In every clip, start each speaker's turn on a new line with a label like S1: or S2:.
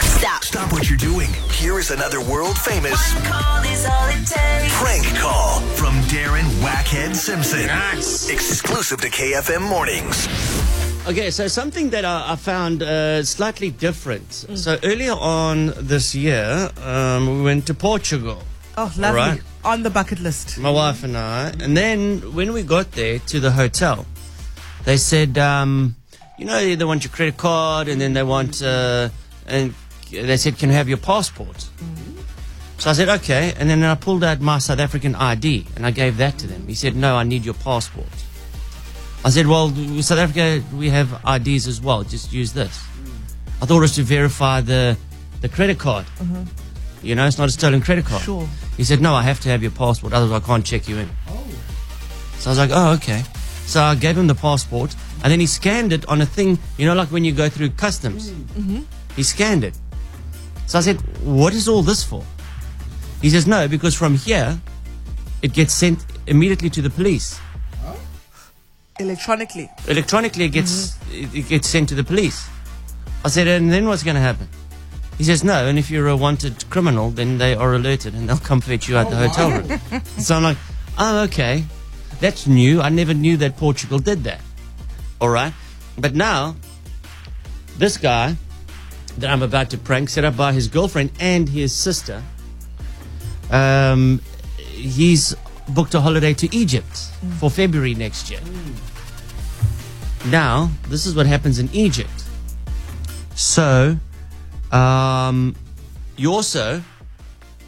S1: Stop what you're doing. Here is another world famous
S2: Call is all it takes.
S1: prank call from Darren Wackhead Simpson.
S3: Nice.
S1: Exclusive to KFM Mornings.
S4: Okay, so something that I, I found uh, slightly different. So earlier on this year, um, we went to Portugal.
S5: Oh, lovely.
S4: Right.
S5: On the bucket list.
S4: my wife and I. And then when we got there to the hotel, they said, um, you know, they want your credit card, and then they want, uh, and they said, can I have your passport? So I said, okay. And then I pulled out my South African ID and I gave that to them. He said, no, I need your passport. I said, well, w- South Africa, we have IDs as well. Just use this. I thought it was to verify the, the credit card. You know, it's not a stolen credit card.
S5: Sure.
S4: He said, no, I have to have your passport, otherwise I can't check you in. So I was like, oh, okay. So I gave him the passport, and then he scanned it on a thing, you know, like when you go through customs. He scanned it. So I said, what is all this for? He says, no, because from here, it gets sent immediately to the police.
S5: Electronically.
S4: Electronically, it gets, it, it gets sent to the police. I said, and then what's going to happen? He says, no, and if you're a wanted criminal, then they are alerted and they'll come fetch you at the hotel room. so I'm like, oh, okay. That's new. I never knew that Portugal did that. All right. But now, this guy that I'm about to prank, set up by his girlfriend and his sister, um, he's booked a holiday to Egypt for February next year. Now, this is what happens in Egypt. So, um, you also,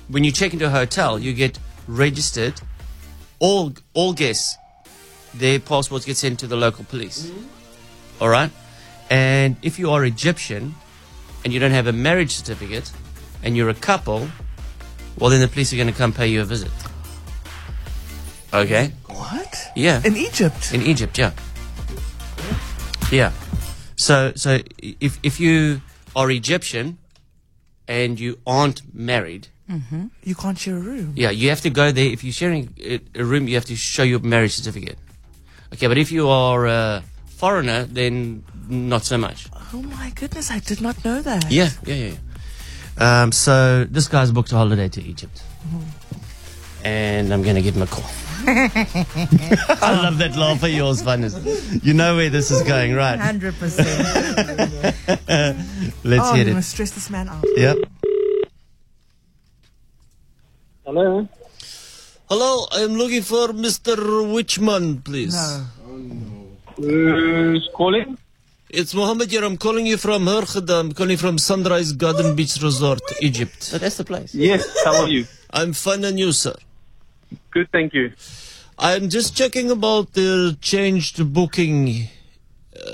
S4: when you check into a hotel, you get registered. All all guests, their passports get sent to the local police. All right, and if you are Egyptian and you don't have a marriage certificate and you're a couple, well then the police are going to come pay you a visit. Okay.
S5: What?
S4: Yeah.
S5: In Egypt.
S4: In Egypt, yeah. Yeah. So so i- if if you are Egyptian and you aren't married,
S5: You can't share a room.
S4: yeah, you have to go there. If you're sharing a a room, you have to show your marriage certificate. Okay, but if you are a foreigner, then not so much.
S5: Oh my goodness, I did not know that.
S4: Yeah, yeah, yeah. yeah. Um, so this guy's booked a holiday to Egypt, and I'm going to give him a call. I love that laugh of yours, Vanessa. You know where this is going, right?
S6: 100%.
S4: Let's
S5: Oh,
S4: hear
S5: we
S4: it.
S5: must stress this man out.
S4: Yep.
S7: Hello.
S4: Hello, I'm looking for Mr. Witchman, please.
S5: No.
S7: Who's calling?
S4: It's Mohammed here. I'm calling you from Herkhada. I'm calling from Sunrise Garden Beach Resort, Egypt. that's the place.
S7: Yes, how are you?
S4: I'm fine and you, sir.
S7: Good, thank you.
S4: I'm just checking about the changed booking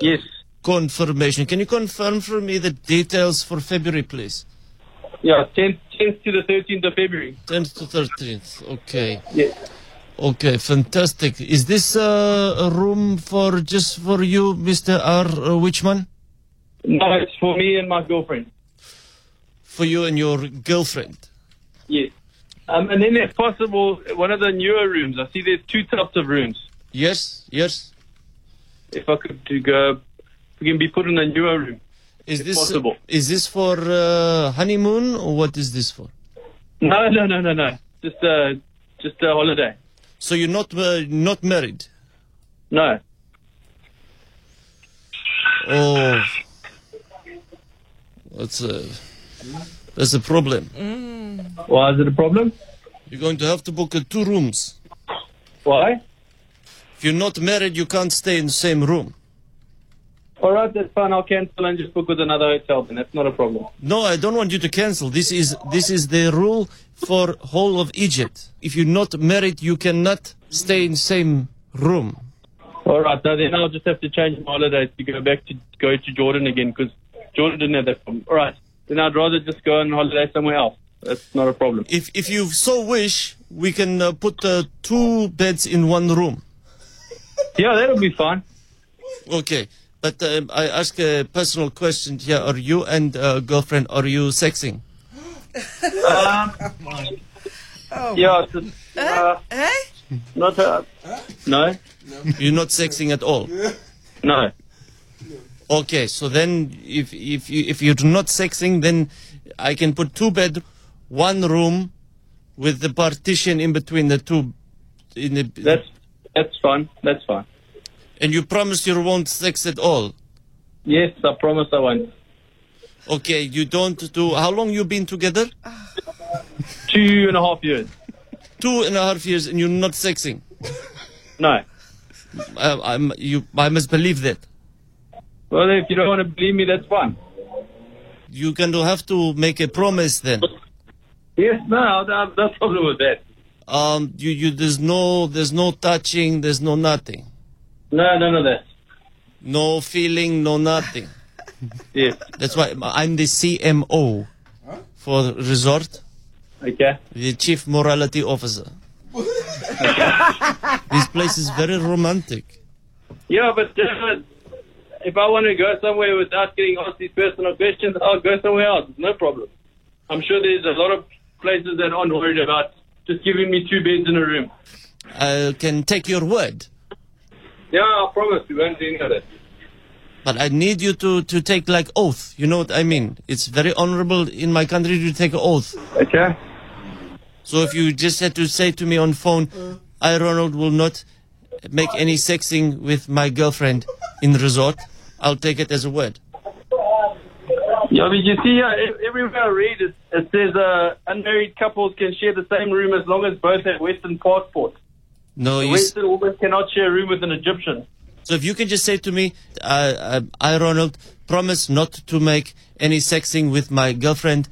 S7: Yes.
S4: confirmation. Can you confirm for me the details for February, please?
S7: Yeah, 10th, 10th to the 13th of February.
S4: 10th to 13th. Okay.
S7: Yeah.
S4: Okay, fantastic. Is this uh, a room for just for you, Mr. R. uh, Wichman?
S7: No, it's for me and my girlfriend.
S4: For you and your girlfriend?
S7: Yes. Um, and then, if possible, one of the newer rooms. I see there's two types of rooms.
S4: Yes, yes.
S7: If I could to go, we can be put in a newer room.
S4: Is this
S7: possible.
S4: is this for uh, honeymoon or what is this for?
S7: No, no, no, no, no. Just a, just a holiday.
S4: So you're not uh, not married?
S7: No.
S4: Oh, that's a that's a problem.
S7: Why is it a problem?
S4: You're going to have to book uh, two rooms.
S7: Why?
S4: If you're not married, you can't stay in the same room.
S7: All right, that's fine. I'll cancel and just book with another hotel. Then that's not a problem.
S4: No, I don't want you to cancel. This is this is the rule for whole of Egypt. If you're not married, you cannot stay in same room.
S7: All right, now then I'll just have to change my holidays to go back to go to Jordan again 'cause Jordan didn't have that problem. All right, then I'd rather just go on holiday somewhere else. That's not a problem.
S4: If if you so wish, we can uh, put uh, two beds in one room.
S7: Yeah, that'll be fine.
S4: Okay. But um, I ask a personal question here. Are you and uh, girlfriend, are you sexing?
S7: Yeah, it's just, uh,
S5: Eh?
S7: not a, no,
S4: You're not sexing at all.
S7: no.
S4: Okay, so then if if you if you're not sexing, then I can put two bed, one room, with the partition in between the two. In the
S7: That's that's fine. That's fine.
S4: and you promise you won't sex at all.
S7: Yes, I promise I won't.
S4: Okay, you don't do. How long you been together?
S7: Two and a half years.
S4: Two and a half years, and you're not sexing.
S7: No.
S4: Uh, I'm you. I must believe that.
S7: Well, if you don't want to believe me, that's fine.
S4: You can do have to make a promise then.
S7: Yes, no, I have no problem with that.
S4: Um, you you there's no there's no touching, there's no nothing,
S7: No, none of that.
S4: no feeling, no nothing.
S7: Yes.
S4: That's why I'm the CMO for the resort,
S7: Okay.
S4: the chief morality officer. this place is very romantic.
S7: Yeah, but uh, if I want to go somewhere without getting asked these personal questions, I'll go somewhere else. No problem. I'm sure there's a lot of places that aren't worried about just giving me two beds in a room.
S4: I can take your word,
S7: Yeah, I promise we won't do any of that.
S4: but I need you to, to take like oath. You know what I mean? It's very honorable in my country to take an oath.
S7: Okay.
S4: So if you just had to say to me on phone, I Ronald will not make any sexing with my girlfriend in resort, I'll take it as a word.
S7: Yeah, but you see, yeah, e- everywhere I read, it, it says uh, unmarried couples can share the same room as long as both have Western passports.
S4: No, you. s-
S7: Western women cannot share a room with an Egyptian.
S4: So if you can just say to me, uh, I, I, Ronald, promise not to make any sexing with my girlfriend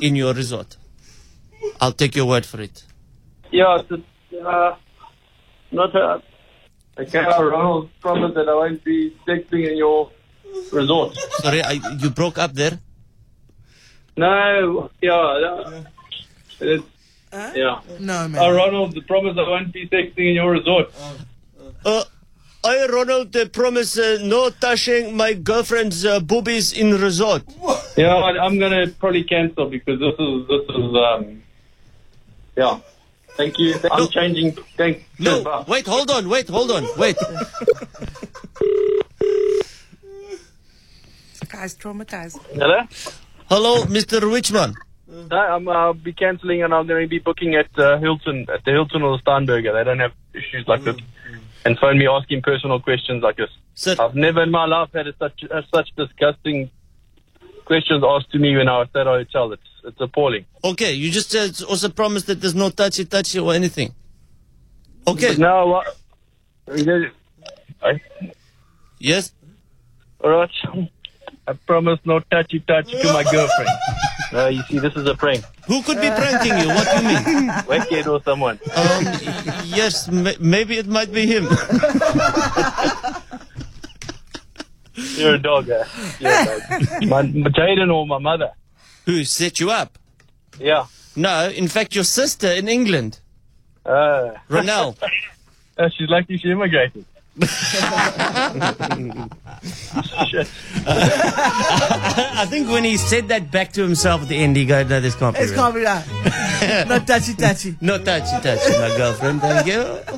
S4: in your resort. I'll take your word for it.
S7: Yeah, it's just, uh, not a. Okay, I Ronald promised that I won't be sexting in your resort.
S4: Sorry, I, you broke up there.
S7: No, yeah, no. It's, yeah.
S5: No,
S7: I
S5: man.
S7: Ronald promised I won't be sexting in your resort.
S4: Uh, I, Ronald, uh, promise uh, no touching my girlfriend's uh, boobies in resort.
S7: Yeah, I, I'm gonna probably cancel because this is this is um, yeah. Thank you. I'm changing. Thanks.
S4: No, wait, hold on, wait, hold on, wait.
S5: The guy's traumatized.
S7: Hello.
S4: Hello, Mr. Richman.
S7: No, I'm, I'll be cancelling and I'm going to be booking at uh, Hilton, at the Hilton or the Steinberger. They don't have issues like this. And phone me asking personal questions like this.
S4: Sir,
S7: I've never in my life had a such a, such disgusting questions asked to me when I was at a hotel. It's it's appalling.
S4: okay, you just uh, also promised that there's no touchy touchy or anything. Okay,
S7: But now, what? I-
S4: yes?
S7: All right. I promise no touchy touch to my girlfriend. No, you see, this is a prank.
S4: Who could be pranking you? What do you mean?
S7: Wicked or someone.
S4: Um, y- yes, ma- maybe it might be him.
S7: You're a dog, eh? You're a dog. My, Jaden or my mother.
S4: Who set you up?
S7: Yeah.
S4: No, in fact, your sister in England,
S7: Uh,
S4: Ronelle.
S7: Uh, she's lucky she immigrated. Shit.
S4: I think when he said that back to himself at the end, he goes, "No, this can't be
S5: It's
S4: real.
S5: can't be that. Not touchy touchy.
S4: No touchy touchy, my girlfriend. Thank you."